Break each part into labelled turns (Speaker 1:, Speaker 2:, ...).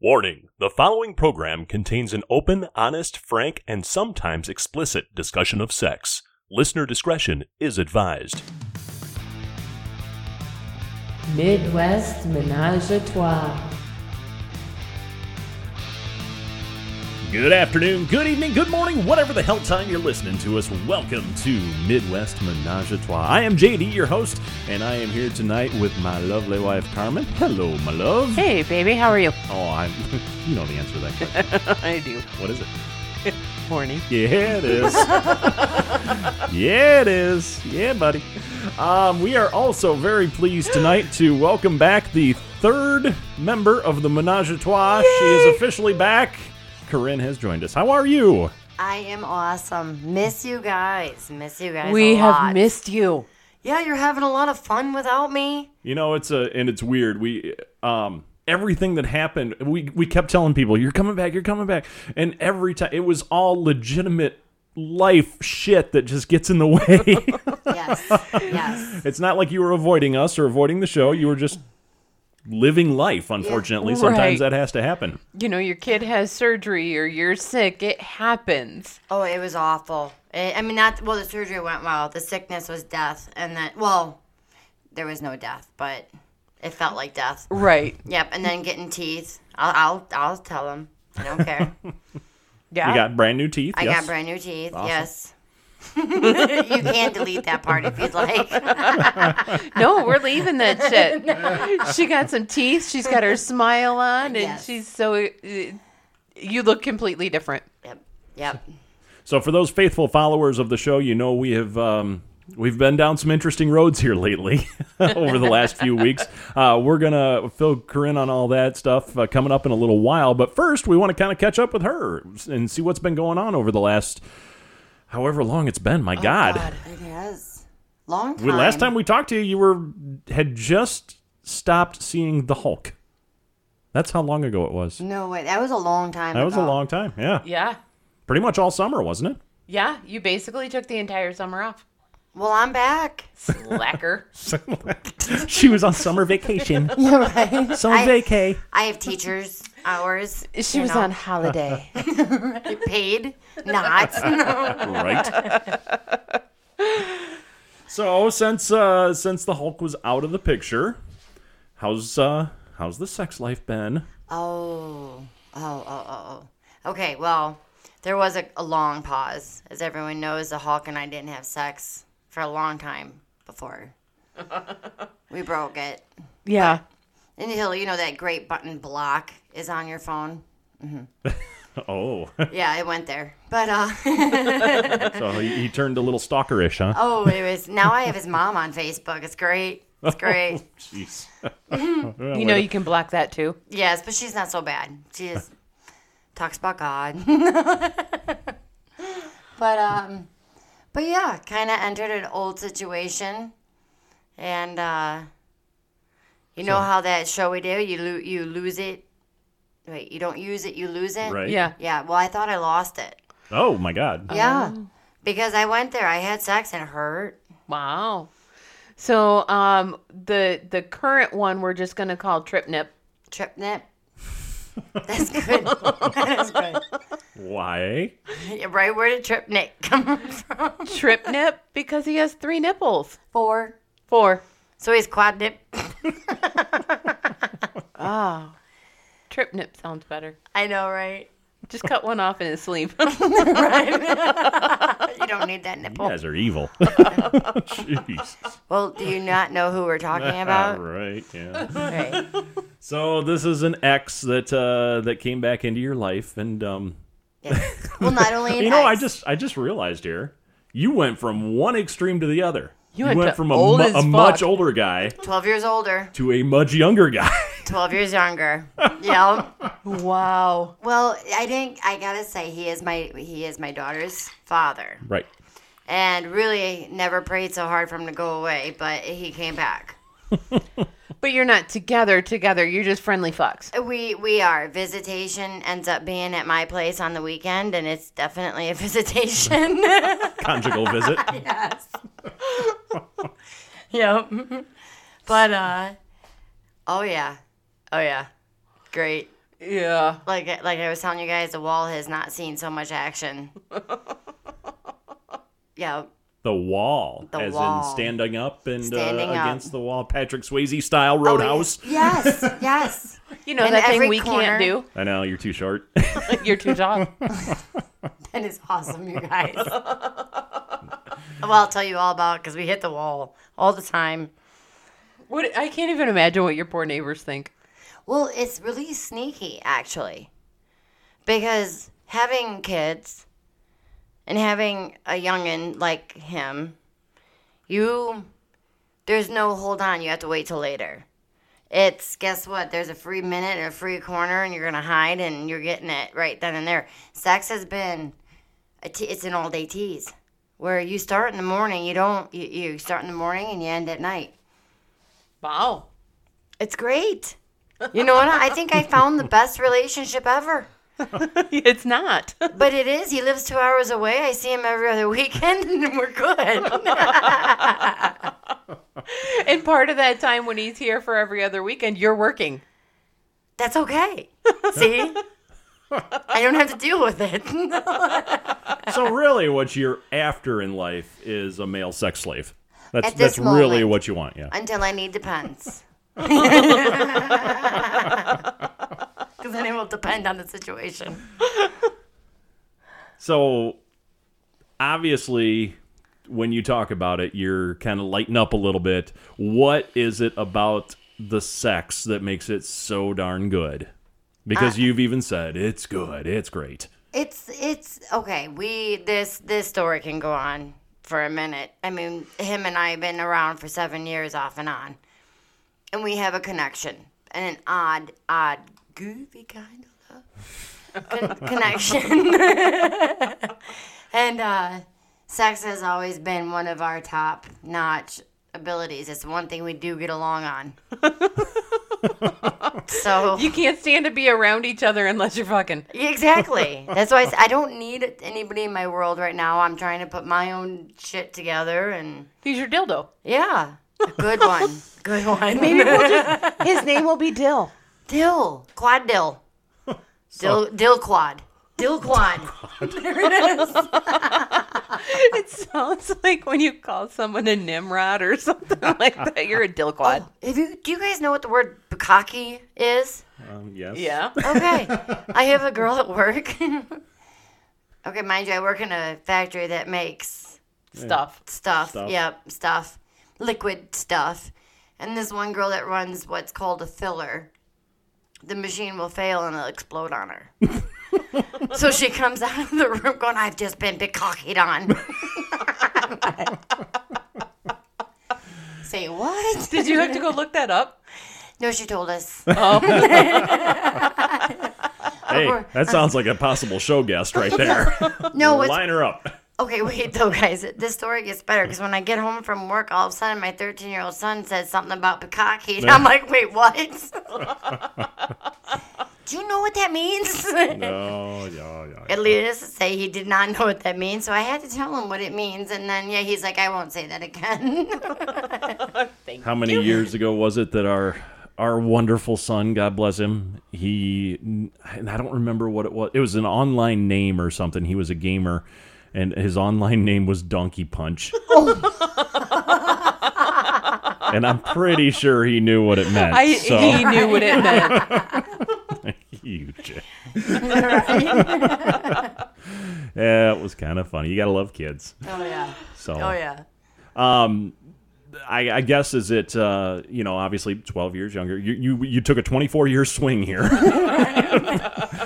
Speaker 1: Warning The following program contains an open, honest, frank, and sometimes explicit discussion of sex. Listener discretion is advised.
Speaker 2: Midwest Menage a Trois.
Speaker 1: Good afternoon, good evening, good morning, whatever the hell time you're listening to us. Welcome to Midwest Menage a Trois. I am JD, your host, and I am here tonight with my lovely wife, Carmen. Hello, my love.
Speaker 3: Hey, baby, how are you?
Speaker 1: Oh, I'm. You know the answer to that question.
Speaker 3: I do.
Speaker 1: What is it?
Speaker 3: Horny.
Speaker 1: Yeah, it is. yeah, it is. Yeah, buddy. Um, we are also very pleased tonight to welcome back the third member of the Menage a Trois. She is officially back. Corinne has joined us. How are you?
Speaker 4: I am awesome. Miss you guys. Miss you guys.
Speaker 3: We
Speaker 4: a
Speaker 3: have
Speaker 4: lot.
Speaker 3: missed you.
Speaker 4: Yeah, you're having a lot of fun without me.
Speaker 1: You know, it's a and it's weird. We um everything that happened, we we kept telling people, "You're coming back, you're coming back," and every time it was all legitimate life shit that just gets in the way.
Speaker 4: Yes. yes.
Speaker 1: It's not like you were avoiding us or avoiding the show. You were just living life, unfortunately.
Speaker 3: Yeah.
Speaker 1: Sometimes
Speaker 3: Right.
Speaker 1: that has to happen.
Speaker 3: You know, your kid has surgery or you're sick. It happens.
Speaker 4: Oh, it was awful. I I mean, not well. The surgery went well. The sickness was death, and then well, there was no death, but it felt like death.
Speaker 3: Right.
Speaker 4: Yep. And then getting teeth. I'll I'll, I'll tell them. I don't care.
Speaker 3: Yeah.
Speaker 1: You got brand new teeth.
Speaker 4: I
Speaker 1: yes.
Speaker 4: got brand new teeth. Yes. you can delete that part if you'd like.
Speaker 3: no, we're leaving that shit. She got some teeth. She's got her smile on, and
Speaker 4: Yes.
Speaker 3: she's so. uh, You look completely different.
Speaker 4: Yep. Yep.
Speaker 1: So for those faithful followers of the show, you know we have um, we've been down some interesting roads here lately over the last few weeks. Uh, we're gonna fill Corinne on all that stuff uh, coming up in a little while, but first we want to kind of catch up with her and see what's been going on over the last however long it's been.
Speaker 4: Oh,
Speaker 1: My God.
Speaker 4: It is long time.
Speaker 1: We, last time we talked to you, you were had just stopped seeing the Hulk. That's how long ago it was.
Speaker 4: No way. That was a long time.
Speaker 1: That was a
Speaker 4: ago.
Speaker 1: long time. Yeah,
Speaker 3: Yeah.
Speaker 1: pretty much all summer, wasn't it?
Speaker 3: Yeah. You basically took the entire summer off.
Speaker 4: Well, I'm back.
Speaker 3: Slacker.
Speaker 1: she was on summer vacation. Summer vacay.
Speaker 4: I have teachers' hours.
Speaker 3: she
Speaker 4: you
Speaker 3: was
Speaker 4: know,
Speaker 3: on holiday.
Speaker 4: paid, not.
Speaker 1: right? so since uh, since the Hulk was out of the picture, how's uh, how's the sex life been?
Speaker 4: oh, oh, oh, oh, oh. Okay, well, there was a, a long pause. As everyone knows, the Hulk and I didn't have sex for a long time before we broke it.
Speaker 3: yeah.
Speaker 4: Until you know that great button block is on your phone.
Speaker 1: Oh,
Speaker 4: Yeah, it went there, but uh.
Speaker 1: so he, he turned a little stalkerish, huh?
Speaker 4: Oh, it was. Now I have his mom on Facebook. It's great. It's great.
Speaker 1: Oh, Jeez.
Speaker 3: You know, you can block that too.
Speaker 4: Yes, but she's not so bad. She just talks about God. but um, but yeah, kind of entered an old situation, and uh, you know how that show we do you lo- you lose it. Wait, you don't use it, you lose it.
Speaker 1: Right.
Speaker 3: Yeah.
Speaker 4: Yeah. Well, I thought I lost it.
Speaker 1: Oh my God.
Speaker 4: Yeah. Because I went there, I had sex and it hurt.
Speaker 3: Wow. So um the the current one we're just gonna call Trip Nip.
Speaker 4: Trip nip. That's good. That's good.
Speaker 1: Why?
Speaker 4: Right where did trip nip come from?
Speaker 3: Trip Nip because he has three nipples.
Speaker 4: Four.
Speaker 3: Four.
Speaker 4: So he's quad nip.
Speaker 3: Oh. Trip Nip sounds better.
Speaker 4: I know, right?
Speaker 3: Just cut one off in his sleeve.
Speaker 4: You don't need that nipple.
Speaker 1: You guys are evil. Jeez.
Speaker 4: Well, do you not know who we're talking
Speaker 1: All
Speaker 4: about?
Speaker 1: right. Yeah.
Speaker 4: right.
Speaker 1: So this is an ex that uh, that came back into your life, and um,
Speaker 4: Well, not only an
Speaker 1: you know, I
Speaker 4: ex-
Speaker 1: just I just realized here, you went from one extreme to the other.
Speaker 3: You went to
Speaker 1: from a,
Speaker 3: old
Speaker 1: mu-
Speaker 3: as
Speaker 1: a much
Speaker 3: fuck.
Speaker 1: older guy
Speaker 4: twelve years older,
Speaker 1: to a much younger guy.
Speaker 4: twelve years younger. yeah.
Speaker 3: wow.
Speaker 4: Well, I think I gotta say he is my he is my daughter's father,
Speaker 1: right.
Speaker 4: and really never prayed so hard for him to go away, but he came back.
Speaker 3: But you're not together together, you're just friendly fucks.
Speaker 4: We we are visitation ends up being at my place on the weekend, and it's definitely a visitation.
Speaker 1: Conjugal visit.
Speaker 4: Yep. but uh oh yeah. Oh yeah. Great.
Speaker 3: Yeah.
Speaker 4: Like like I was telling you guys, the wall has not seen so much action. yeah,
Speaker 1: The wall,
Speaker 4: The
Speaker 1: as
Speaker 4: wall.
Speaker 1: in standing up and
Speaker 4: Standing
Speaker 1: uh,
Speaker 4: up.
Speaker 1: against the wall, Patrick Swayze style roadhouse.
Speaker 4: Yes, yes.
Speaker 3: You know
Speaker 4: In
Speaker 3: that thing
Speaker 4: every
Speaker 3: we
Speaker 4: corner.
Speaker 3: can't do.
Speaker 1: I know you're too short.
Speaker 3: You're too job.
Speaker 4: that is awesome, you guys. well, I'll tell you all about it because we hit the wall all the time.
Speaker 3: What I can't even imagine what your poor neighbors think.
Speaker 4: Well, it's really sneaky, actually, because having kids and having a youngin like him, you there's no hold on. You have to wait till later. It's guess what? There's a free minute and a free corner, and you're gonna hide, and you're getting it right then and there. Sex has been a te- it's an all day tease where you start in the morning. You don't you, you start in the morning and you end at night.
Speaker 3: Wow.
Speaker 4: It's great. You know what? I think I found the best relationship ever.
Speaker 3: it's not.
Speaker 4: But it is. He lives two hours away. I see him every other weekend, and we're good.
Speaker 3: and part of that time when he's here for every other weekend, you're working.
Speaker 4: That's okay. See? I don't have to deal with it.
Speaker 1: so really, what you're after in life is a male sex slave. That's
Speaker 4: At this
Speaker 1: that's really
Speaker 4: moment.
Speaker 1: what you want. Yeah.
Speaker 4: Until I need depends. Because then it will depend on the situation.
Speaker 1: So obviously when you talk about it you're kind of lighting up a little bit. What is it about the sex that makes it so darn good? Because you've even said it's good, it's great.
Speaker 4: It's it's okay. We this this story can go on for a minute. I mean, him and I have been around for seven years off and on, and we have a connection and an odd, odd, goofy kind of love con- connection. and uh, sex has always been one of our top notch abilities. It's one thing we do get along on. so
Speaker 3: You can't stand to be around each other unless you're fucking.
Speaker 4: yeah, Exactly. That's why I, s- I don't need anybody in my world right now. I'm trying to put my own shit together and
Speaker 3: He's your dildo.
Speaker 4: yeah, a good one. Good one.
Speaker 3: Maybe we'll just, his name will be Dill.
Speaker 4: Dill. Quad dill. Dill, dill quad. Dill quad.
Speaker 3: It sounds like when you call someone a Nimrod or something like that. You're a Dillquad.
Speaker 4: If you, do you guys know what the word bukkake is?
Speaker 1: Um, yes.
Speaker 3: Yeah.
Speaker 4: Okay. I have a girl at work. okay, mind you, I work in a factory that makes
Speaker 3: Stuff.
Speaker 4: stuff.
Speaker 1: Stuff.
Speaker 4: Yep, stuff. Liquid stuff. And this one girl that runs what's called a filler, the machine will fail and it'll explode on her. so she comes out of the room going, I've just been bicockied on. Say what?
Speaker 3: Did you have to go look that up?
Speaker 4: No, she told us.
Speaker 3: Oh,
Speaker 1: Hey, that sounds like a possible show guest right there.
Speaker 4: No, what's
Speaker 1: Line her up.
Speaker 4: Okay, wait though, guys. This story gets better because when I get home from work, all of a sudden my 13 year old son says something about Bukaki. And I'm like, wait, what? Do you know what that means?
Speaker 1: No, Oh, yeah, yeah.
Speaker 4: At least to say he did not know what that means, so I had to tell him what it means. And then, yeah, he's like, I won't say that again.
Speaker 1: How many years ago was it that our our wonderful son, God bless him, he and I don't remember what it was. It was an online name or something. He was a gamer, and his online name was Donkey Punch. and I'm pretty sure he knew what it meant.
Speaker 3: I,
Speaker 1: so
Speaker 3: he knew what it meant.
Speaker 1: you j- yeah, it was kind of funny. You gotta love kids.
Speaker 4: oh, yeah.
Speaker 1: So
Speaker 4: Oh, yeah.
Speaker 1: I, I guess is it uh, you know obviously 12 years younger you you, you took a 24 year swing here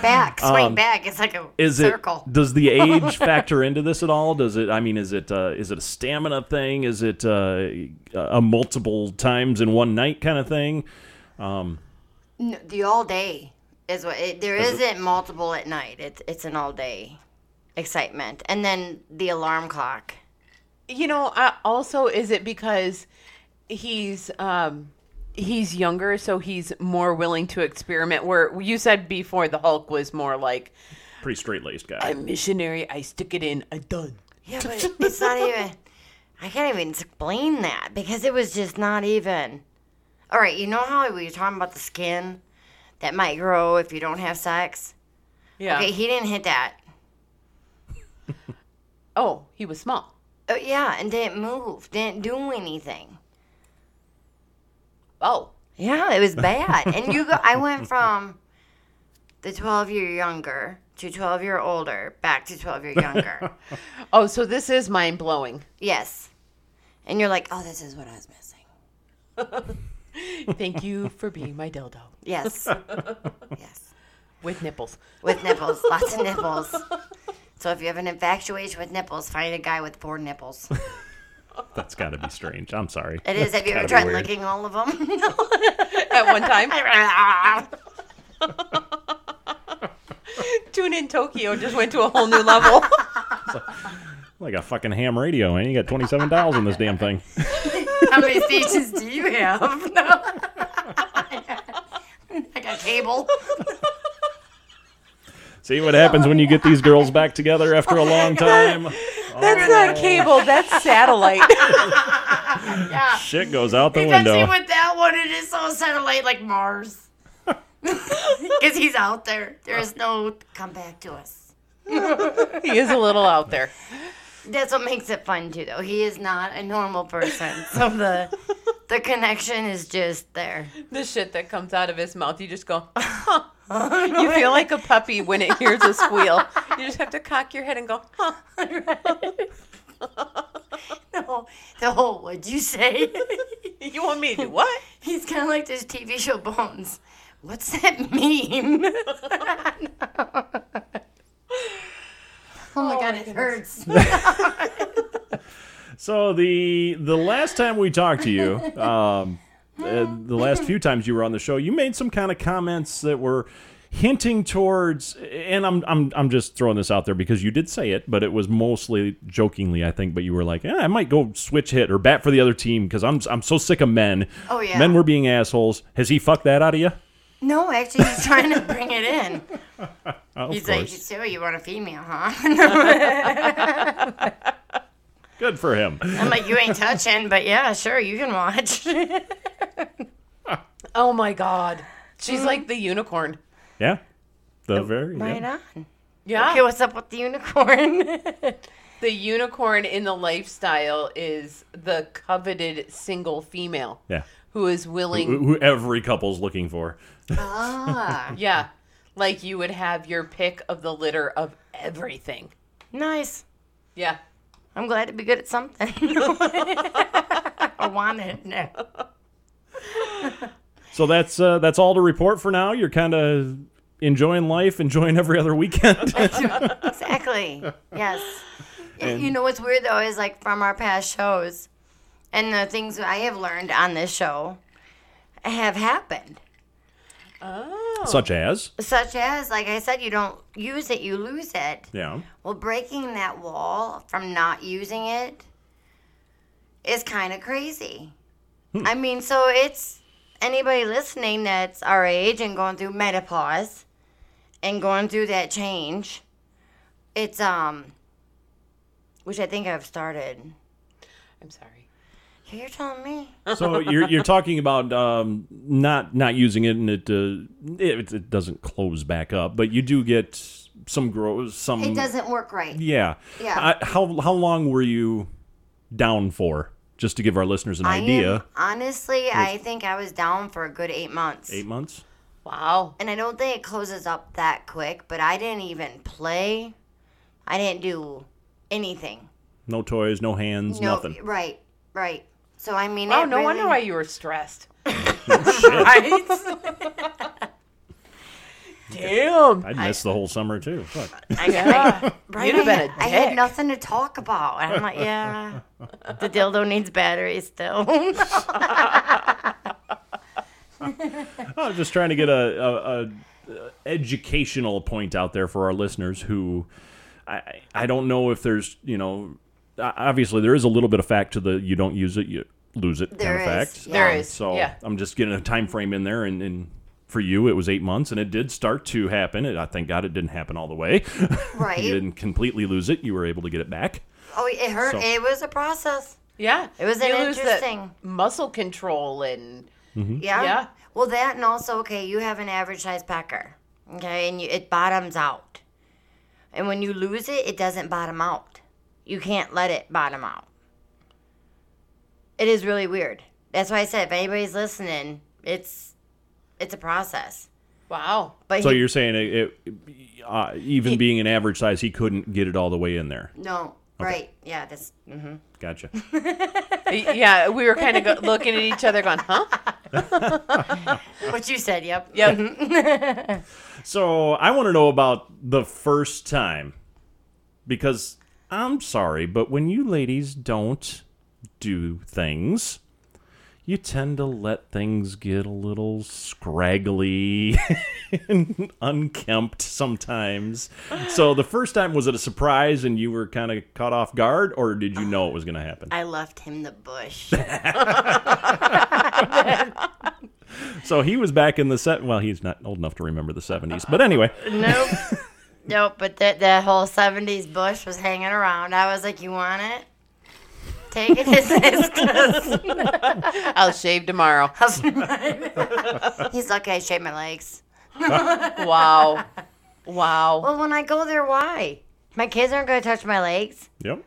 Speaker 4: Back, swing back. It's like a
Speaker 1: Um, is
Speaker 4: circle.
Speaker 1: it does the age factor into this at all does it i mean is it uh, is it a stamina thing is it uh, a multiple times in one night kind of thing
Speaker 4: No, the all day is what it, there isn't multiple at night. It's it's an all day excitement, and then the alarm clock.
Speaker 3: You know, I, also is it because he's um he's younger, so he's more willing to experiment. Where you said before, the Hulk was more like
Speaker 1: pretty straight laced guy
Speaker 3: I'm missionary. I stick it in. I done.
Speaker 4: Yeah, but it- it's not even. I can't even explain that because it was just not even. All right, you know how we were talking about the skin? that might grow if you don't have sex.
Speaker 3: Yeah.
Speaker 4: Okay, he didn't hit that.
Speaker 3: Oh, he was small.
Speaker 4: Oh, yeah, and didn't move, didn't do anything.
Speaker 3: Oh.
Speaker 4: Yeah, it was bad. and you go, I went from the 12 year younger to 12 year older back to 12 year younger.
Speaker 3: Oh, so this is mind blowing.
Speaker 4: yes. And you're like, oh, this is what I was missing.
Speaker 3: Thank you for being my dildo
Speaker 4: Yes. yes.
Speaker 3: with nipples.
Speaker 4: With nipples, lots of nipples. So if you have an infatuation with nipples, find a guy with four nipples.
Speaker 1: That's got to be strange. I'm sorry.
Speaker 4: It is. Have you ever
Speaker 1: gotta be
Speaker 4: tried
Speaker 1: weird.
Speaker 4: licking all of them?
Speaker 3: At one time, Tune in Tokyo just went to a whole new level.
Speaker 1: Like a fucking ham radio, and you got 27 dials on this damn thing.
Speaker 4: How many stations do you have? No. I got cable.
Speaker 1: See what happens when you get these girls back together after a long time.
Speaker 3: That's not cable, that's satellite.
Speaker 1: Shit goes out the
Speaker 4: Because see,
Speaker 1: window.
Speaker 4: with that one, it is so satellite like Mars. Because he's out there. There is no come back to us.
Speaker 3: he is a little out there.
Speaker 4: That's what makes it fun too, though. He is not a normal person, so the the connection is just there.
Speaker 3: The shit that comes out of his mouth, you just go, huh. You feel like a puppy when it hears a squeal. You just have to cock your head and go, huh.
Speaker 4: No, the whole what'd you say?
Speaker 3: You want me to do what?
Speaker 4: He's kind of like this TV show Bones. What's that meme? oh my god, it hurts.
Speaker 1: So the the last time we talked to you, um, uh, the last few times you were on the show, you made some kind of comments that were hinting towards and I'm I'm I'm just throwing this out there because you did say it, but it was mostly jokingly, I think, but you were like, eh, I might go switch hit or bat for the other team because I'm I'm so sick of men.
Speaker 4: Oh, yeah.
Speaker 1: Men were being assholes. Has he fucked that out of you?
Speaker 4: No, actually, he's trying to bring it in.
Speaker 1: Oh, of
Speaker 4: He's like,
Speaker 1: course.
Speaker 4: so you want a female, huh?
Speaker 1: Good for him.
Speaker 4: I'm like, you ain't touching, but yeah, sure, you can watch.
Speaker 3: Oh my God. Mm. She's like the unicorn.
Speaker 1: Yeah. The very yeah.
Speaker 4: right on.
Speaker 1: Ah.
Speaker 3: Yeah.
Speaker 4: Okay, what's up with the unicorn?
Speaker 3: The unicorn in the lifestyle is the coveted single female
Speaker 1: Yeah.
Speaker 3: who is willing.
Speaker 1: Who who every couple's looking for.
Speaker 4: ah,
Speaker 3: Yeah. Like you would have your pick of the litter of everything.
Speaker 4: nice.
Speaker 3: Yeah.
Speaker 4: I'm glad to be good at something. I want it. No.
Speaker 1: So that's uh, that's all to report for now. You're kind of enjoying life, enjoying every other weekend.
Speaker 4: Exactly. Yes. you know what's weird though is like from our past shows and the things that I have learned on this show have happened.
Speaker 3: Oh.
Speaker 1: Such as,
Speaker 4: Such as, like I said, you don't use it, you lose it.
Speaker 1: yeah,
Speaker 4: Well, breaking that wall from not using it is kind of crazy. I mean, so it's anybody listening that's our age and going through menopause and going through that change. It's um, which I think I've started.
Speaker 3: I'm sorry.
Speaker 4: You're telling me.
Speaker 1: so you're you're talking about um, not not using it, and it, uh, it it doesn't close back up, but you do get some growth. Some
Speaker 4: It doesn't work right.
Speaker 1: yeah,
Speaker 4: Yeah.
Speaker 1: I, how how long were you down for? Just to give our listeners an
Speaker 4: I am-
Speaker 1: idea,
Speaker 4: honestly, I think I was down for a good eight months.
Speaker 1: eight months.
Speaker 3: Wow.
Speaker 4: and I don't think it closes up that quick, but I didn't even play. I didn't do anything.
Speaker 1: No toys, no hands,
Speaker 4: No,
Speaker 1: nothing.
Speaker 4: Right, right. So I mean,
Speaker 3: Oh,
Speaker 4: it
Speaker 3: no
Speaker 4: really-
Speaker 3: wonder why you were stressed.
Speaker 4: Right?
Speaker 3: Damn.
Speaker 1: I'd miss the whole summer too. Fuck.
Speaker 3: Yeah. You'd have been a dick.
Speaker 4: I had nothing to talk about, and I'm like, yeah, the dildo needs batteries still.
Speaker 1: I was just trying to get a, a, a uh, educational point out there for our listeners who I I don't know if there's you know o- obviously there is a little bit of fact to the you don't use it you lose it
Speaker 4: There
Speaker 1: kind of
Speaker 4: is,
Speaker 1: fact. Um,
Speaker 4: yeah.
Speaker 3: There is.
Speaker 1: So
Speaker 3: yeah.
Speaker 1: I'm just getting a time frame in there and. and for you, it was eight months, and it did start to happen. It, I thank God it didn't happen all the way.
Speaker 4: right?
Speaker 1: you didn't completely lose it; you were able to get it back.
Speaker 4: Oh, it hurt.
Speaker 1: So-
Speaker 4: It was a process.
Speaker 3: Yeah.
Speaker 4: It was an
Speaker 3: you lose that
Speaker 4: interesting-
Speaker 3: muscle control and
Speaker 4: Yeah.
Speaker 3: Yeah.
Speaker 4: Well, that and also, okay, you have an average size pecker, okay, and you, it bottoms out. And when you lose it, it doesn't bottom out. You can't let it bottom out. It is really weird. That's why I said, if anybody's listening, it's it's a process.
Speaker 3: Wow.
Speaker 4: But
Speaker 1: So
Speaker 4: he-
Speaker 1: you're saying it, it, uh, even being an average size, he couldn't get it all the way in there.
Speaker 4: no right, yeah, that's
Speaker 1: Gotcha.
Speaker 3: yeah, we were kind of go- looking at each other, going, "Huh?
Speaker 4: what you said. Yep.
Speaker 3: Yep.
Speaker 1: So I want to know about the first time because I'm sorry, but when you ladies don't do things, you tend to let things get a little scraggly and unkempt sometimes. So the first time was it a surprise and you were kind of caught off guard or did you know it was going to happen?
Speaker 4: I left him the bush.
Speaker 1: So he was back in the set well, he's not old enough to remember the 70s. But anyway,
Speaker 4: Nope. nope. But that that whole seventies bush was hanging around. I was like, "You want it? Take it." It's- it's-
Speaker 3: I'll shave tomorrow."
Speaker 4: He's lucky I shaved my legs.
Speaker 3: Wow. Wow.
Speaker 4: Well, when I go there, why? My kids aren't gonna touch my legs.
Speaker 1: yep.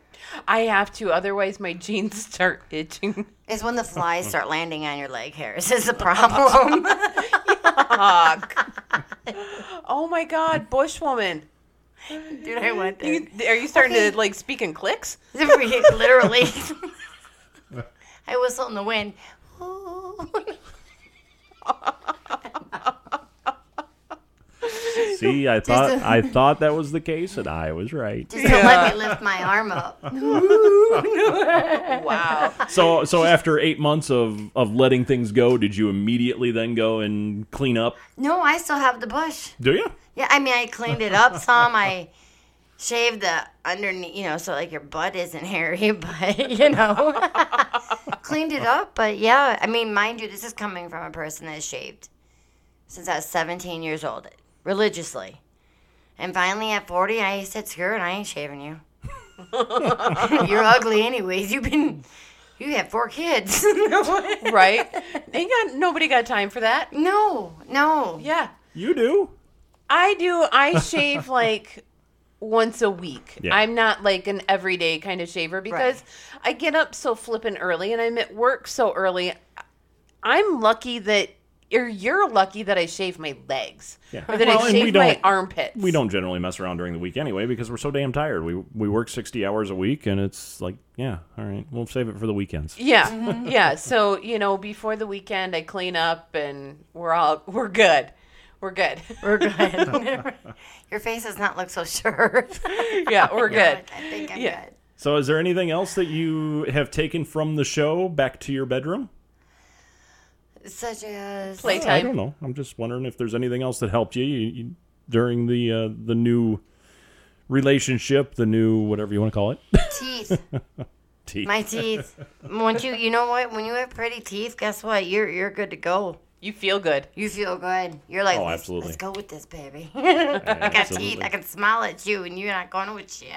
Speaker 3: I have to, otherwise my jeans start itching.
Speaker 4: It's when the flies start landing on your leg hairs is the problem.
Speaker 3: Fuck. oh my God, bushwoman.
Speaker 4: Dude, I went there.
Speaker 3: You- Are you starting to like speak in clicks?
Speaker 4: Literally. I whistle in the wind.
Speaker 1: See, I thought I thought that was the case, and I was right.
Speaker 4: Just don't let me lift my arm up.
Speaker 3: Wow.
Speaker 1: So, so after eight months of of letting things go, did you immediately then go and clean up?
Speaker 4: No, I still have the bush.
Speaker 1: Do you?
Speaker 4: Yeah, I mean, I cleaned it up some. I shaved the underneath, you know, so like your butt isn't hairy, but you know, cleaned it up. But yeah, I mean, mind you, this is coming from a person that shaved since I was 17 years old, religiously. And finally, at 40, I said, "Screw it, I ain't shaving you. You're ugly, anyways. You've been, you have four kids.
Speaker 3: Right? Ain't got nobody got time for that.
Speaker 4: no, no.
Speaker 3: Yeah.
Speaker 1: You do?
Speaker 3: I do. I shave like once a week.
Speaker 1: Yeah.
Speaker 3: I'm not like an everyday kind of shaver because I get up so flippin' early and I'm at work so early. I'm lucky that, or you're lucky that I shave my legs
Speaker 1: Yeah.
Speaker 3: or that
Speaker 1: Well,
Speaker 3: I
Speaker 1: and we
Speaker 3: shave my
Speaker 1: don't-
Speaker 3: armpits.
Speaker 1: We don't generally mess around during the week anyway because we're so damn tired. We we work sixty hours a week, and it's like, yeah, all right, we'll save it for the weekends.
Speaker 3: Yeah, yeah. So you know, before the weekend, I clean up and we're all we're good. We're good.
Speaker 4: We're good. Your face does not look so sure.
Speaker 3: yeah, we're good.
Speaker 4: Like, I think I'm
Speaker 3: Yeah.
Speaker 4: good.
Speaker 1: So, is there anything else that you have taken from the show back to your bedroom?
Speaker 4: Such as
Speaker 3: Playtime.
Speaker 1: I don't know. I'm just wondering if there's anything else that helped you, you, you during the uh, the new relationship, the new whatever you want to call it.
Speaker 4: teeth.
Speaker 1: Teeth.
Speaker 4: My teeth. Once you, you know what? When you have pretty teeth, guess what? You're you're good to go.
Speaker 3: You feel good.
Speaker 4: You feel good. You're like,
Speaker 1: Oh,
Speaker 4: let's,
Speaker 1: absolutely.
Speaker 4: let's go with this, baby. I got teeth.
Speaker 1: Absolutely.
Speaker 4: I can smile at you, and you're not going with shit.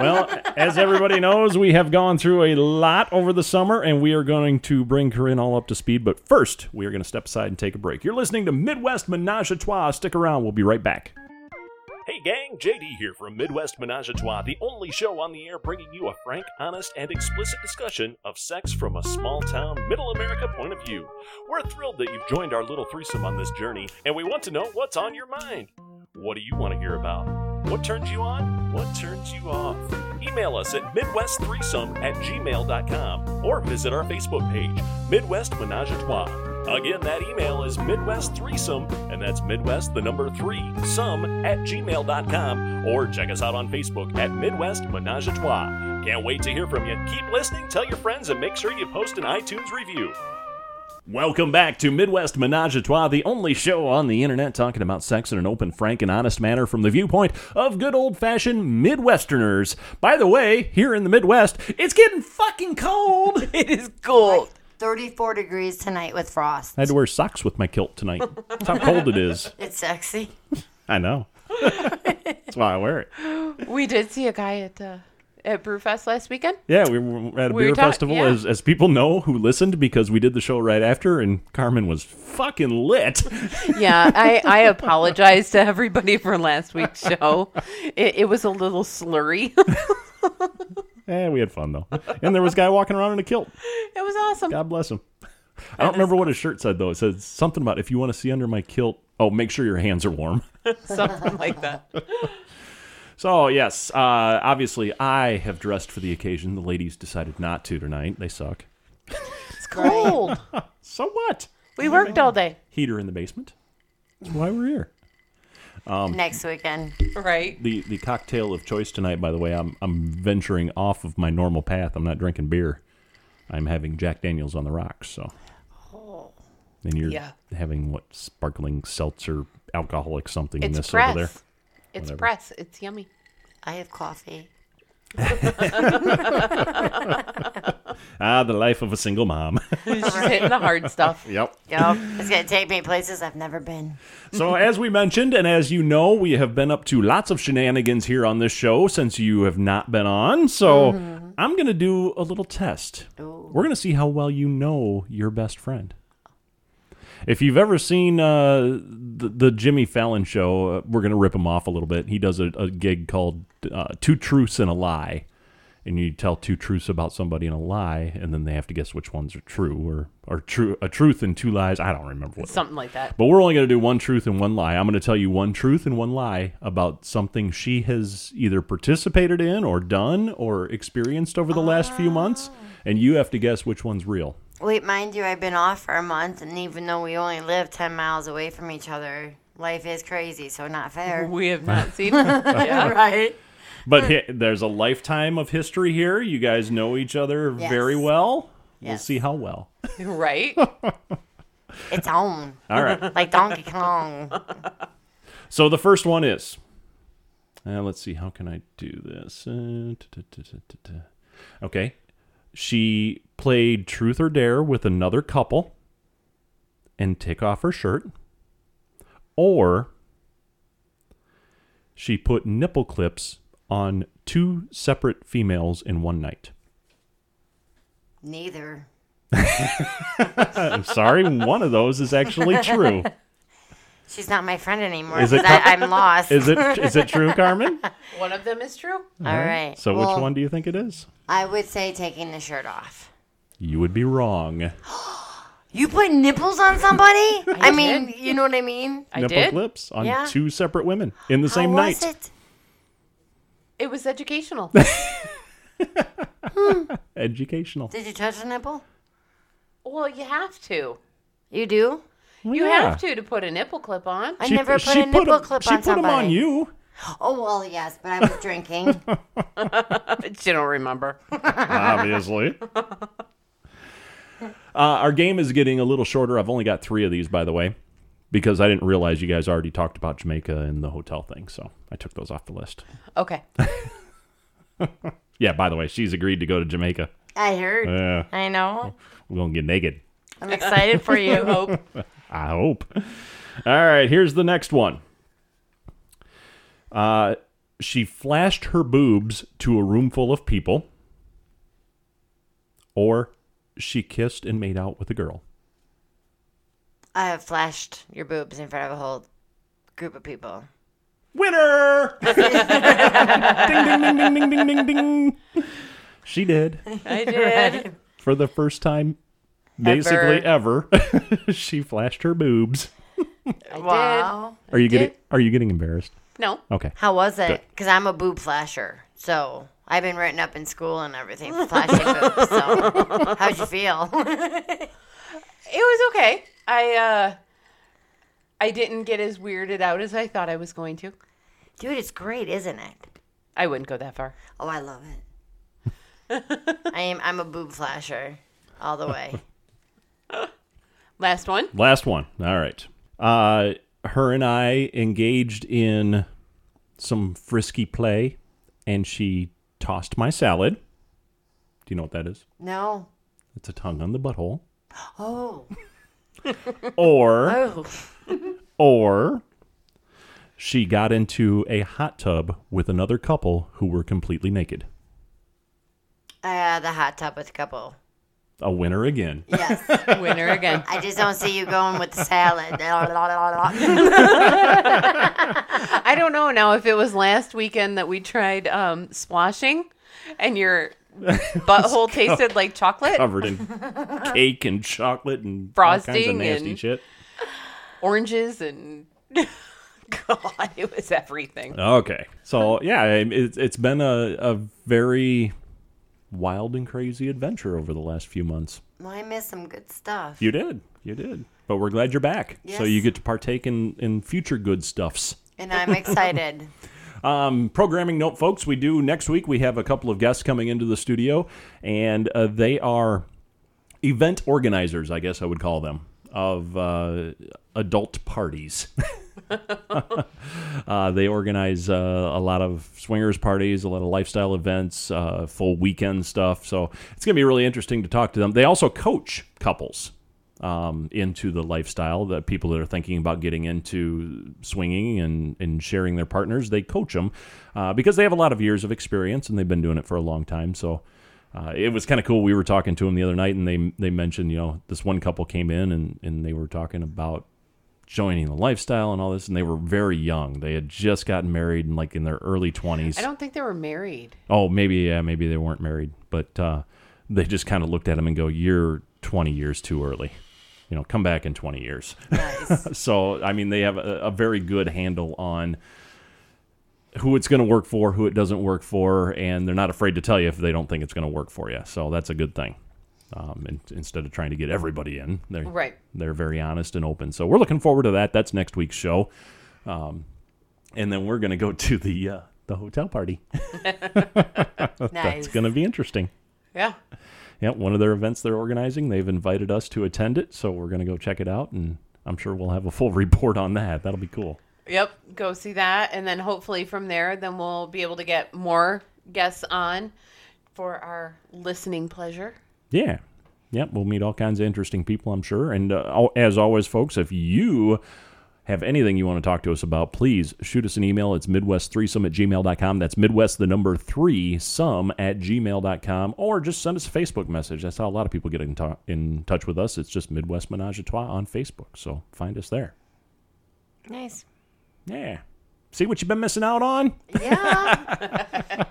Speaker 1: Well, as everybody knows, we have gone through a lot over the summer, and we are going to bring Corinne all up to speed. But first, we are going to step aside and take a break. You're listening to Midwest Menage a Trois. Stick around, we'll be right back. Hey, gang, JD here from Midwest Menage a Trois, the only show on the air bringing you a frank, honest, and explicit discussion of sex from a small town, middle America point of view. We're thrilled that you've joined our little threesome on this journey, and we want to know what's on your mind. What do you want to hear about? What turns you on? What turns you off? Email us at MidwestThreesome at gmail.com or visit our Facebook page, Midwest Menage a Trois. Again, that email is Midwest Threesome, and that's Midwest the number three, some at gmail.com, or check us out on Facebook at Midwest Menage a Trois. Can't wait to hear from you. Keep listening, tell your friends, and make sure you post an iTunes review. Welcome back to Midwest Menage a Trois, the only show on the internet talking about sex in an open, frank, and honest manner from the viewpoint of good old fashioned Midwesterners. By the way, here in the Midwest, it's getting fucking cold.
Speaker 3: It is cold.
Speaker 4: Thirty-four degrees tonight with frost.
Speaker 1: I had to wear socks with my kilt tonight. That's how cold it is.
Speaker 4: It's sexy.
Speaker 1: I know. That's why I wear it.
Speaker 3: We did see a guy at uh, at Brewfest last weekend.
Speaker 1: Yeah, we were at a
Speaker 3: We were
Speaker 1: beer
Speaker 3: ta-
Speaker 1: festival,
Speaker 3: yeah.
Speaker 1: as, as people know who listened, because we did the show right after, and Carmen was fucking lit.
Speaker 3: Yeah, I, I apologize to everybody for last week's show. It, it was a little slurry. it
Speaker 1: eh, we had fun, though. And there was a guy walking around in a kilt.
Speaker 3: was awesome.
Speaker 1: God bless him. I don't remember what his shirt said, though. It said something about if you want to see under my kilt, oh, make sure your hands are warm.
Speaker 3: Something like that.
Speaker 1: So, yes, uh, obviously, I have dressed for the occasion. The ladies decided not to tonight. They suck.
Speaker 3: It's cold.
Speaker 1: So what?
Speaker 3: We worked all day.
Speaker 1: Heater in the basement. That's why we're here. Um.
Speaker 4: next weekend.
Speaker 3: Right.
Speaker 1: the the cocktail of choice tonight. By the way, I'm I'm venturing off of my normal path. I'm not drinking beer. I'm having Jack Daniels on the rocks. So, and you're
Speaker 3: Oh. Yeah.
Speaker 1: having what sparkling seltzer, alcoholic something in
Speaker 3: It's
Speaker 1: this
Speaker 3: press.
Speaker 1: over there.
Speaker 3: It's press. It's yummy.
Speaker 4: I have coffee.
Speaker 1: Ah, the life of a single mom.
Speaker 3: She's hitting the hard stuff.
Speaker 1: yep.
Speaker 4: Yep. it's gonna take me places I've never been.
Speaker 1: So, as we mentioned, and as you know, we have been up to lots of shenanigans here on this show since you have not been on. So, I'm going to do a little test. We're going to see how well you know your best friend. If you've ever seen uh, the, the Jimmy Fallon show, uh, we're going to rip him off a little bit. He does a, a gig called uh, Two Truths and a Lie. And you tell two truths about somebody and a lie, and then they have to guess which ones are true or, or true a truth and two lies. I don't remember what
Speaker 3: Something like that.
Speaker 1: but we're only going to do one truth and one lie. I'm going to tell you one truth and one lie about something she has either participated in or done or experienced over the last few months.
Speaker 4: Ah.
Speaker 1: And you have to guess which one's real.
Speaker 4: Wait, mind you, I've been off for a month, and even though we only live ten miles away from each other, life is crazy, so not fair.
Speaker 3: We have not seen her.
Speaker 4: right.
Speaker 1: But hi- there's a lifetime of history here. You guys know each other
Speaker 4: Yes.
Speaker 1: very well. We'll
Speaker 4: Yes.
Speaker 1: see how well.
Speaker 3: Right?
Speaker 4: It's on
Speaker 1: All right.
Speaker 4: like Donkey Kong.
Speaker 1: so the first one is. Uh, let's see. How can I do this? Uh, ta- ta- ta- ta- ta- ta. Okay. She played Truth or Dare with another couple and take off her shirt. Or she put nipple clips on two separate females in one night.
Speaker 4: Neither.
Speaker 1: I'm sorry, one of those is actually true.
Speaker 4: She's not my friend anymore
Speaker 1: Is it
Speaker 4: because
Speaker 1: co-
Speaker 4: I'm lost.
Speaker 1: Is it is it true, Carmen?
Speaker 3: One of them is true.
Speaker 4: All right.
Speaker 1: So
Speaker 4: Well,
Speaker 1: which one do you think it is?
Speaker 4: I would say taking the shirt off.
Speaker 1: You would be wrong.
Speaker 4: You put nipples on somebody? I mean, you know what I mean?
Speaker 3: I
Speaker 1: nipple
Speaker 3: did.
Speaker 1: clips on
Speaker 4: Yeah.
Speaker 1: two separate women in the same
Speaker 4: How
Speaker 1: night.
Speaker 4: was it?
Speaker 3: It was educational.
Speaker 1: Educational.
Speaker 4: Did you touch a nipple?
Speaker 3: well, you have to.
Speaker 4: You do?
Speaker 3: You
Speaker 1: yeah.
Speaker 3: have to to put a nipple clip on.
Speaker 4: I never put
Speaker 1: she
Speaker 4: a nipple
Speaker 1: put 'em-
Speaker 4: clip
Speaker 1: she
Speaker 4: on
Speaker 1: put 'em
Speaker 4: somebody.
Speaker 1: on you.
Speaker 4: Oh well, yes, but I was drinking.
Speaker 3: you don't remember.
Speaker 1: obviously. Uh, our game is getting a little shorter. I've only got three of these, by the way, because I didn't realize you guys already talked about Jamaica and the hotel thing, so I took those off the list.
Speaker 3: Okay.
Speaker 1: Yeah, by the way, she's agreed to go to Jamaica.
Speaker 4: I heard.
Speaker 1: Yeah.
Speaker 4: I know.
Speaker 1: We're gonna get naked.
Speaker 4: I'm excited for you.
Speaker 3: Hope.
Speaker 1: I hope. All right, here's the next one. Uh, she flashed her boobs to a room full of people, or she kissed and made out with a girl.
Speaker 4: I have flashed your boobs in front of a whole group of people.
Speaker 1: Winner! ding, ding, ding, ding, ding, ding, ding, ding. She did.
Speaker 3: I did.
Speaker 1: For the first time, basically ever, she flashed her boobs.
Speaker 3: I
Speaker 4: Wow.
Speaker 1: Are you getting Are you getting embarrassed?
Speaker 3: did. No.
Speaker 1: Okay.
Speaker 4: How was it? Because I'm a boob flasher, so I've been written up in school and everything for flashing boobs. So how'd you feel?
Speaker 3: It was okay. I uh I didn't get as weirded out as I thought I was going to.
Speaker 4: Dude, it's great, isn't it?
Speaker 3: I wouldn't go that far.
Speaker 4: Oh, I love it. I am. I'm a boob flasher, all the way.
Speaker 3: Last one.
Speaker 1: Last one. All right. Uh, her and I engaged in some frisky play, and she tossed my salad. Do you know what that is?
Speaker 4: No.
Speaker 1: It's a tongue on the butthole.
Speaker 4: Oh.
Speaker 1: Or.
Speaker 4: Oh.
Speaker 1: or she got into a hot tub with another couple who were completely naked.
Speaker 4: Uh, the hot tub with a couple.
Speaker 1: A winner again.
Speaker 4: Yes.
Speaker 3: Winner again.
Speaker 4: I just don't see you going with the salad.
Speaker 3: I don't know now if it was last weekend that we tried um, splashing, and your butthole tasted like chocolate,
Speaker 1: Covered in cake and chocolate and all kinds of
Speaker 3: Frosting
Speaker 1: nasty
Speaker 3: and-
Speaker 1: shit.
Speaker 3: oranges, and God, it was everything.
Speaker 1: Okay. So, yeah, it, it's been a, a very wild and crazy adventure over the last few months.
Speaker 4: well, I missed some good stuff.
Speaker 1: You did. You did. But we're glad you're back. So
Speaker 4: Yes.
Speaker 1: you get to partake in, in future good stuffs.
Speaker 4: And I'm excited.
Speaker 1: Um, programming note, folks, we do next week. We have a couple of guests coming into the studio, and uh, they are event organizers, I guess I would call them, of uh, adult parties. uh, they organize uh, a lot of swingers parties, a lot of lifestyle events, uh, full weekend stuff. So it's going to be really interesting to talk to them. They also coach couples um, into the lifestyle that people that are thinking about getting into swinging and, and sharing their partners, they coach them uh, because they have a lot of years of experience and they've been doing it for a long time. So uh, it was kind of cool. We were talking to them the other night and they, they mentioned, you know, this one couple came in and, and they were talking about joining the lifestyle and all this. And they were very young. They had just gotten married and like in their early 20s.
Speaker 3: I don't think they were married.
Speaker 1: Oh, maybe yeah, maybe they weren't married, but uh, they just kind of looked at him and go, "You're 20 years too early. You know, come back in 20 years." so, I mean, they have a, a very good handle on who it's going to work for, who it doesn't work for, and they're not afraid to tell you if they don't think it's going to work for you. So that's a good thing. Um, and instead of trying to get everybody in, they're
Speaker 3: Right.
Speaker 1: They're very honest and open. So we're looking forward to that. That's next week's show, um, and then we're going to go to the uh, the hotel party.
Speaker 4: nice.
Speaker 1: It's going to be interesting.
Speaker 3: Yeah.
Speaker 1: Yeah, one of their events they're organizing, they've invited us to attend it, so we're going to go check it out, and I'm sure we'll have a full report on that. That'll be cool.
Speaker 3: Yep. Go see that, and then hopefully from there, then we'll be able to get more guests on for our listening pleasure.
Speaker 1: Yeah. Yep, we'll meet all kinds of interesting people, I'm sure. And uh, al- as always, folks, if you have anything you want to talk to us about, please shoot us an email. It's midwest3sum at gmail.com. That's midwest, the number three, sum at gmail.com. Or just send us a Facebook message. That's how a lot of people get in, ta- in touch with us. It's just Midwest Menage a Trois on Facebook. So find us there.
Speaker 4: Nice.
Speaker 1: Yeah. See what you've been missing out on?
Speaker 4: Yeah.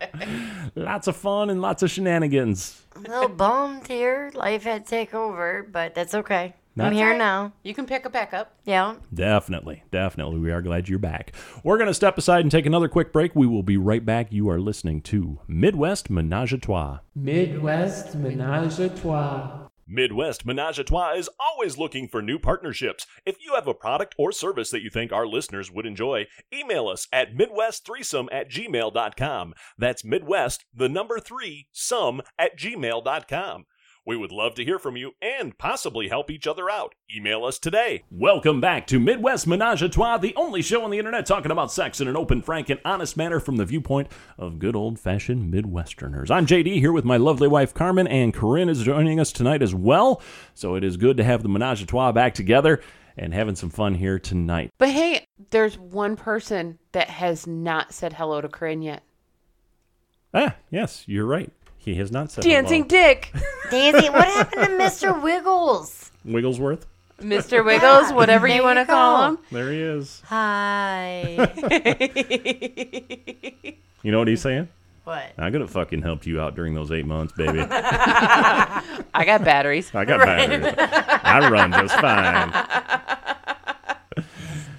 Speaker 1: Lots of fun and lots of shenanigans.
Speaker 4: I'm a little bummed here. Life had take over, but that's okay. I'm
Speaker 1: That's
Speaker 4: here
Speaker 3: right.
Speaker 4: now.
Speaker 3: You can pick a backup.
Speaker 4: Yeah.
Speaker 1: Definitely, definitely. We are glad you're back. We're going to step aside and take another quick break. We will be right back. You are listening to Midwest Menage a Trois.
Speaker 2: Midwest Menage a Trois.
Speaker 1: Midwest Menage a Trois is always looking for new partnerships. If you have a product or service that you think our listeners would enjoy, email us at midwestthreesome at gmail.com. That's Midwest, the number three, sum at gmail.com. We would love to hear from you and possibly help each other out. Email us today. Welcome back to Midwest Menage a Trois, the only show on the internet talking about sex in an open, frank, and honest manner from the viewpoint of good old fashioned Midwesterners. I'm JD here with my lovely wife Carmen, and Corinne is joining us tonight as well. So it is good to have the Menage a Trois back together and having some fun here tonight.
Speaker 3: But hey, there's one person that has not said hello to Corinne yet.
Speaker 1: Ah, yes, you're right. He has not said
Speaker 3: Dancing Dick.
Speaker 4: Daisy, what happened to Mr. Wiggles?
Speaker 1: Wigglesworth.
Speaker 3: Mr. Wiggles, whatever
Speaker 4: there
Speaker 3: you
Speaker 4: you
Speaker 3: want to
Speaker 4: go.
Speaker 3: call him.
Speaker 1: There he is.
Speaker 4: Hi.
Speaker 1: You know what he's saying?
Speaker 4: what?
Speaker 1: I could have fucking helped you out during those eight months, baby.
Speaker 3: I got batteries.
Speaker 1: I got batteries. I run just fine.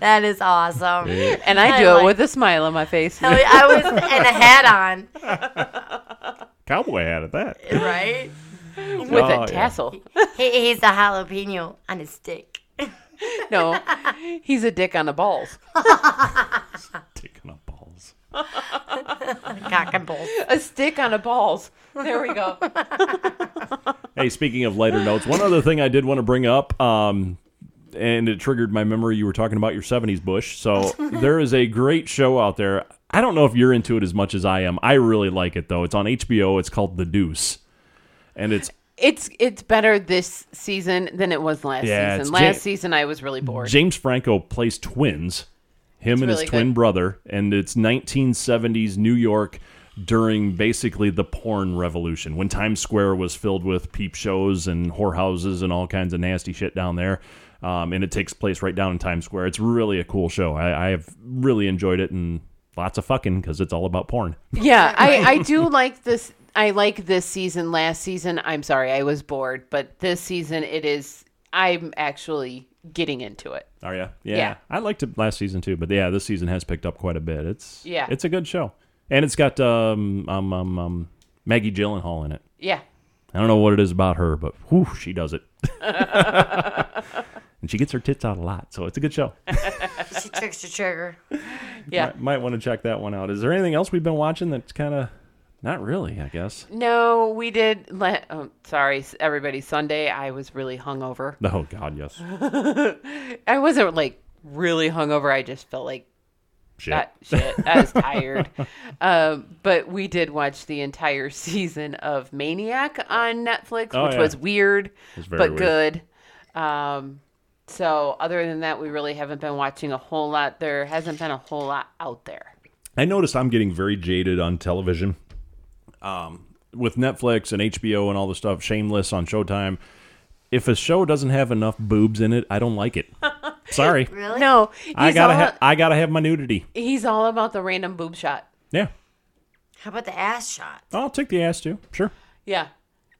Speaker 4: That is awesome.
Speaker 3: And I do
Speaker 4: I
Speaker 3: it
Speaker 4: like-
Speaker 3: with a smile on my face.
Speaker 4: I I was and a hat on,
Speaker 1: Cowboy hat at that.
Speaker 4: right?
Speaker 3: with
Speaker 1: Oh, yeah.
Speaker 3: a tassel.
Speaker 4: He, he's a jalapeno on a stick.
Speaker 3: No, he's a dick on the balls.
Speaker 1: Taking up balls.
Speaker 4: Cock and balls.
Speaker 3: A stick on a balls. There we go.
Speaker 1: Hey, speaking of lighter notes, one other thing I did want to bring up, um, and it triggered my memory. You were talking about your 70s Bush. So there is a great show out there. I don't know if you're into it as much as I am. I really like it, though. It's on HBO. It's called The Deuce. And it's
Speaker 3: It's it's better this season than it was last
Speaker 1: Yeah, it's
Speaker 3: season. Last
Speaker 1: Ja-
Speaker 3: season I was really bored.
Speaker 1: James Franco plays twins, him and
Speaker 3: really
Speaker 1: his twin
Speaker 3: good.
Speaker 1: brother, and it's 1970s New York. during basically the porn revolution when Times Square was filled with peep shows and whorehouses and all kinds of nasty shit down there. Um, and it takes place right down in Times Square. It's really a cool show. I, I have really enjoyed it and lots of fucking because it's all about porn.
Speaker 3: Yeah, I, I do like this. I like this season. Last season, I'm sorry, I was bored, but this season it is. I'm actually getting into it.
Speaker 1: Are you? Yeah.
Speaker 3: Yeah.
Speaker 1: I liked it last season too, but yeah, this season has picked up quite a bit. It's
Speaker 3: Yeah.
Speaker 1: it's a good show, and it's got um um um, um Maggie Gyllenhaal in it.
Speaker 3: Yeah,
Speaker 1: I don't know what it is about her, but whew, she does it. and she gets her tits out a lot, so it's a good show.
Speaker 4: She tricks the trigger.
Speaker 3: yeah.
Speaker 1: might, might want to check that one out. Is there anything else we've been watching that's kind of not really? I guess.
Speaker 3: No, we did. Le- oh, sorry, s- everybody. Sunday, I was really hungover.
Speaker 1: Oh God, yes.
Speaker 3: I wasn't like really hungover. I just felt like
Speaker 1: Shit.
Speaker 3: that shit. I was tired. um, but we did watch the entire season of Maniac on Netflix,
Speaker 1: Oh,
Speaker 3: which
Speaker 1: yeah.
Speaker 3: was weird,
Speaker 1: was very
Speaker 3: but
Speaker 1: weird.
Speaker 3: good. Um, so, other than that, we really haven't been watching a whole lot. There hasn't been a whole lot out there.
Speaker 1: I notice I'm getting very jaded on television. Um, with Netflix and HBO and all the stuff, Shameless on Showtime. If a show doesn't have enough boobs in it, I don't like it. Sorry,
Speaker 4: Really?
Speaker 3: No, he's
Speaker 1: I gotta
Speaker 3: all,
Speaker 1: ha- I gotta have my nudity.
Speaker 3: he's all about the random boob shot.
Speaker 1: Yeah,
Speaker 4: How about the ass shot?
Speaker 1: I'll take the ass too. Sure.
Speaker 3: Yeah.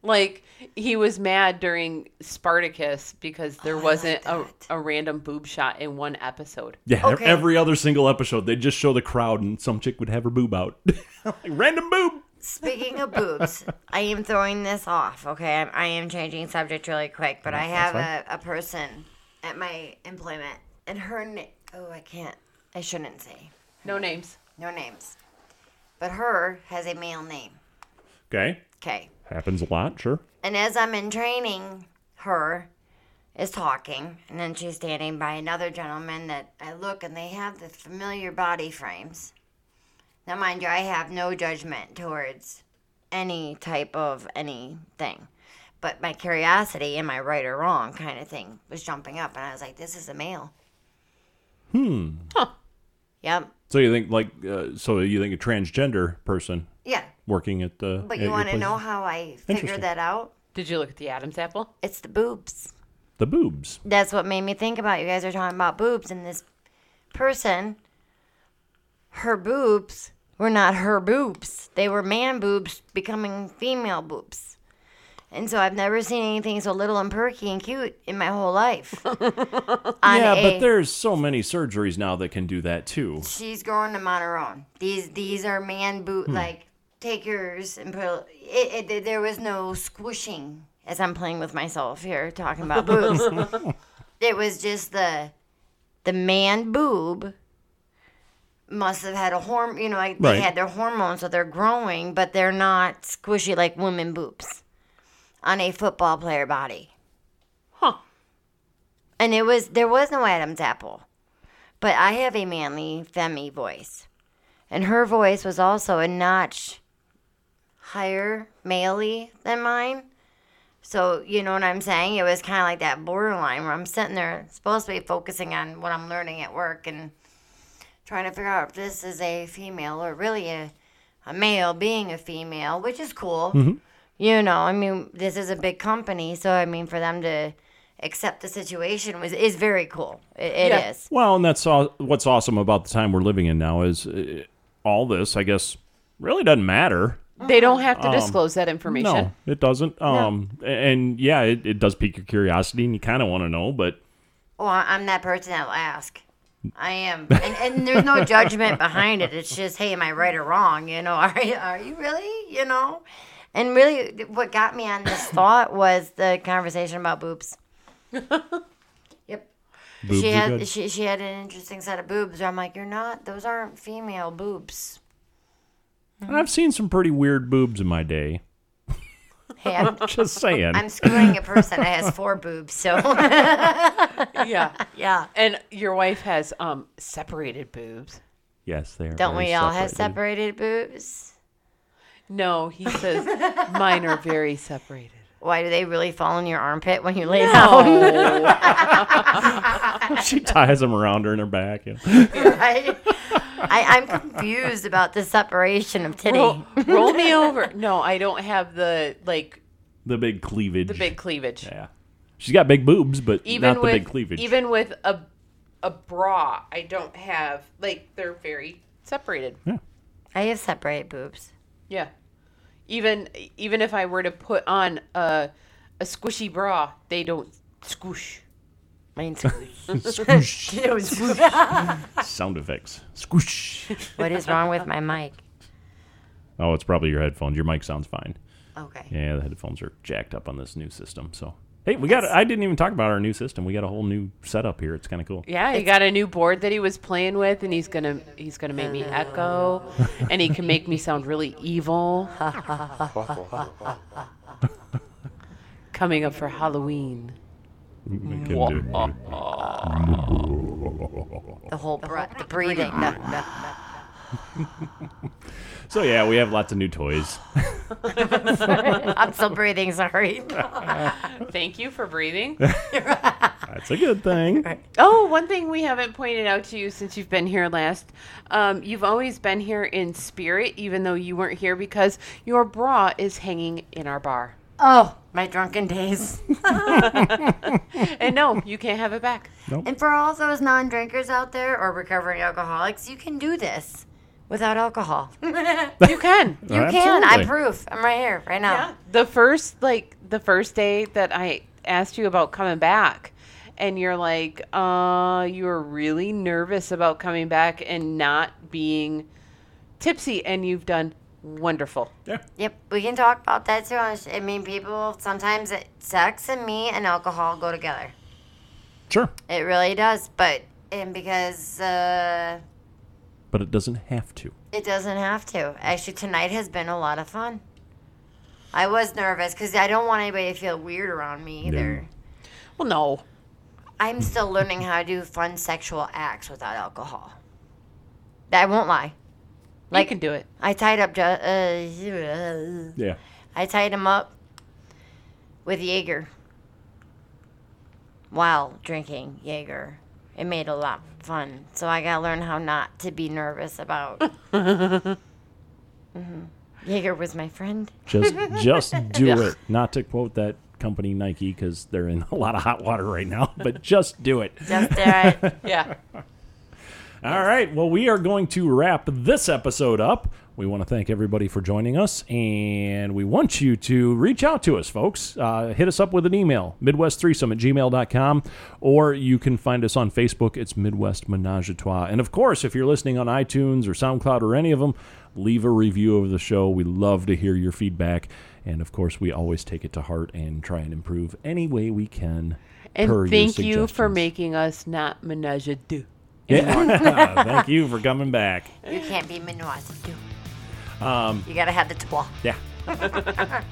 Speaker 3: Like he was mad during Spartacus because there wasn't a, a random boob shot in one episode.
Speaker 1: Yeah. ev-
Speaker 4: Okay.
Speaker 1: Every other single episode, they just show the crowd and some chick would have her boob out. like, Random boob.
Speaker 4: Speaking of boobs, I am throwing this off. Okay, I'm, I am changing subject really quick, but I have a, a person at my employment, and her name. Oh, I can't. I shouldn't say
Speaker 3: No names.
Speaker 4: no names, but her has a male name.
Speaker 1: Okay.
Speaker 4: Okay,
Speaker 1: Happens a lot. Sure.
Speaker 4: and as I'm in training, her is talking, and then she's standing by another gentleman that I look, and they have the familiar body frames. Now, mind you, I have no judgment towards any type of anything, but my curiosity, am I right or wrong, kind of thing, was jumping up, and I was like, this is a male. Hmm. Yep.
Speaker 1: So you think like uh, so you think a transgender person
Speaker 4: Yeah.
Speaker 1: working at the
Speaker 4: But
Speaker 1: at
Speaker 4: you
Speaker 1: your
Speaker 4: want to
Speaker 1: place-
Speaker 4: know how I
Speaker 1: Interesting.
Speaker 4: figured that out?
Speaker 3: Did you look at the Adam's apple?
Speaker 4: It's the boobs.
Speaker 1: the boobs.
Speaker 4: that's what made me think about you guys are talking about boobs and this person her boobs were not her boobs they were man boobs becoming female boobs and so i've never seen anything so little and perky and cute in my whole life On
Speaker 1: yeah,
Speaker 4: a-
Speaker 1: but there's so many surgeries now that can do that too.
Speaker 4: she's growing them on her own these these are man boot like take yours and put a- it, it, there was no squishing as i'm playing with myself here talking about boobs it was just the the man boob must have had a horm you know like they
Speaker 1: Right.
Speaker 4: had their hormones so they're growing but they're not squishy like women boobs on a football player body
Speaker 3: Huh.
Speaker 4: and it was there was no adam's apple but i have a manly femmy voice and her voice was also a notch higher maley than mine so you know what i'm saying it was kind of like that borderline where i'm sitting there supposed to be focusing on what i'm learning at work and trying to figure out if this is a female or really a, a male being a female, which is cool. You know, I mean, this is a big company, so I mean, for them to accept the situation was is very cool. It, it is.
Speaker 3: Yeah.
Speaker 1: Well, and that's all, what's awesome about the time we're living in now is uh, all this, I guess, really doesn't matter.
Speaker 3: They don't have
Speaker 1: Um,
Speaker 3: to disclose that
Speaker 1: No,
Speaker 3: information.
Speaker 1: it doesn't. Um, and yeah, it, it does pique your curiosity, and you kind of want to know, but
Speaker 4: Well, I- I'm that person that'll ask. I am, and, and there's no judgment behind it. It's just, hey, am I right or wrong? You know, are you, are you really? You know, and really, th- what got me on this thought was the conversation about boobs. yep,
Speaker 1: boobs
Speaker 4: she
Speaker 1: are
Speaker 4: had
Speaker 1: good.
Speaker 4: she she had an interesting set of boobs. Where I'm like, you're not; those aren't female boobs.
Speaker 1: And I've seen some pretty weird boobs in my day.
Speaker 4: Hey, I'm,
Speaker 1: Just saying.
Speaker 4: I'm screwing a person that has four boobs. So
Speaker 3: Yeah.
Speaker 4: yeah,
Speaker 3: And your wife has um separated boobs.
Speaker 1: yes, they are.
Speaker 4: don't
Speaker 1: very
Speaker 4: we all have
Speaker 1: separated.
Speaker 4: separated boobs?
Speaker 3: No, he says mine are very separated.
Speaker 4: Why do they really fall in your armpit when you lay down?
Speaker 3: Oh.
Speaker 1: she ties them around her in her back. yeah.
Speaker 4: Right? I, I'm confused about the separation of titty.
Speaker 3: Roll, roll me over. No, I don't have the like
Speaker 1: The big cleavage.
Speaker 3: the big cleavage.
Speaker 1: Yeah. She's got big boobs, but
Speaker 3: Even
Speaker 1: not
Speaker 3: with
Speaker 1: the big cleavage.
Speaker 3: even with a a bra, I don't have like they're very separated.
Speaker 4: I have separate boobs.
Speaker 3: Yeah. Even even if I were to put on a a squishy bra, they don't squish.
Speaker 4: Mine's
Speaker 1: Squish.
Speaker 4: what
Speaker 1: Sound effects. Squish.
Speaker 4: is wrong with my mic?
Speaker 1: Oh, it's probably your headphones. Your mic sounds fine.
Speaker 4: Okay.
Speaker 1: Yeah, the headphones are jacked up on this new system. So, hey, we got. I didn't even talk about our new system. We got a whole new setup here. It's kind of cool.
Speaker 3: Yeah, he got a new board that he was playing with, and he's gonna he's gonna make me echo, and he can make me sound really evil. Coming up for Halloween.
Speaker 4: The whole breath, the breathing. the- the-
Speaker 1: So yeah, we have lots of new toys.
Speaker 4: I'm still breathing. Sorry.
Speaker 3: Thank you for breathing.
Speaker 1: That's a good thing.
Speaker 3: Oh, one thing we haven't pointed out to you since you've been here last, um, you've always been here in spirit, even though you weren't here because your bra is hanging in our bar.
Speaker 4: Oh, my drunken days.
Speaker 3: And no, you can't have it back.
Speaker 4: And for all those non drinkers out there or recovering alcoholics, you can do this without alcohol. You
Speaker 3: You can.
Speaker 4: can. I
Speaker 1: Absolutely.
Speaker 4: proof. I'm right here, right now.
Speaker 3: Yeah. The first like the first day that I asked you about coming back and you're like, uh, you were really nervous about coming back and not being tipsy and you've done wonderful.
Speaker 4: Yep, we can talk about that too. I sh- I mean, people sometimes it, sex and me and alcohol go together.
Speaker 1: Sure,
Speaker 4: It really does, but and because uh,
Speaker 1: but it doesn't have to.
Speaker 4: it doesn't have to. Actually, tonight has been a lot of fun. I was nervous because I don't want anybody to feel weird around me either.
Speaker 3: Well, no.
Speaker 4: I'm still learning how to do fun sexual acts without alcohol. I won't lie.
Speaker 3: Like, you can do it.
Speaker 4: I tied up. Ju- uh,
Speaker 1: Yeah.
Speaker 4: I tied him up with Jaeger while drinking Jaeger. It made a lot of fun. So I got to learn how not to be nervous about. mm-hmm. Jaeger was my friend.
Speaker 1: Just just do it. Not to quote that company Nike because they're in a lot of hot water right now. But just do it.
Speaker 4: Just there. I-
Speaker 3: Yeah.
Speaker 1: All right. Well, we are going to wrap this episode up. We want to thank everybody for joining us, and we want you to reach out to us, folks. Uh, hit us up with an email, midwest3sum at gmail.com, or you can find us on Facebook. It's Midwest Menage a Trois. And of course, if you're listening on iTunes or SoundCloud or any of them, leave a review of the show. We love to hear your feedback. And of course, we always take it to heart and try and improve any way we can.
Speaker 3: And
Speaker 1: per your
Speaker 3: thank you for
Speaker 1: suggestions.
Speaker 3: making us not menage a deux.
Speaker 1: Yeah, thank you for coming back.
Speaker 4: you can't be Minoise. Um, you got to have the twa.
Speaker 1: Yeah.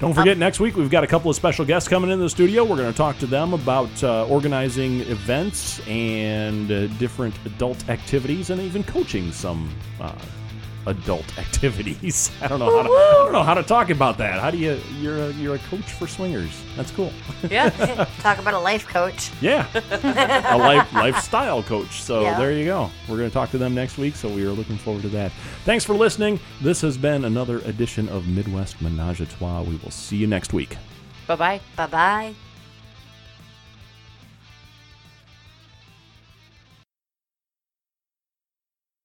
Speaker 1: Don't forget, next week we've got a couple of special guests coming in the studio. We're going to talk to them about uh, organizing events and uh, different adult activities, and even coaching some uh, adult activities. I don't know how to. I don't know how to talk about that. How do you? You're a, you're a coach for swingers. That's cool.
Speaker 3: Yeah.
Speaker 4: Talk about a life coach.
Speaker 1: Yeah, a life, lifestyle coach. So
Speaker 4: Yeah.
Speaker 1: there you go. We're going to talk to them next week, so we are looking forward to that. Thanks for listening. This has been another edition of Midwest Menage a Trois. We will see you next week.
Speaker 3: bye bye.
Speaker 4: Bye bye.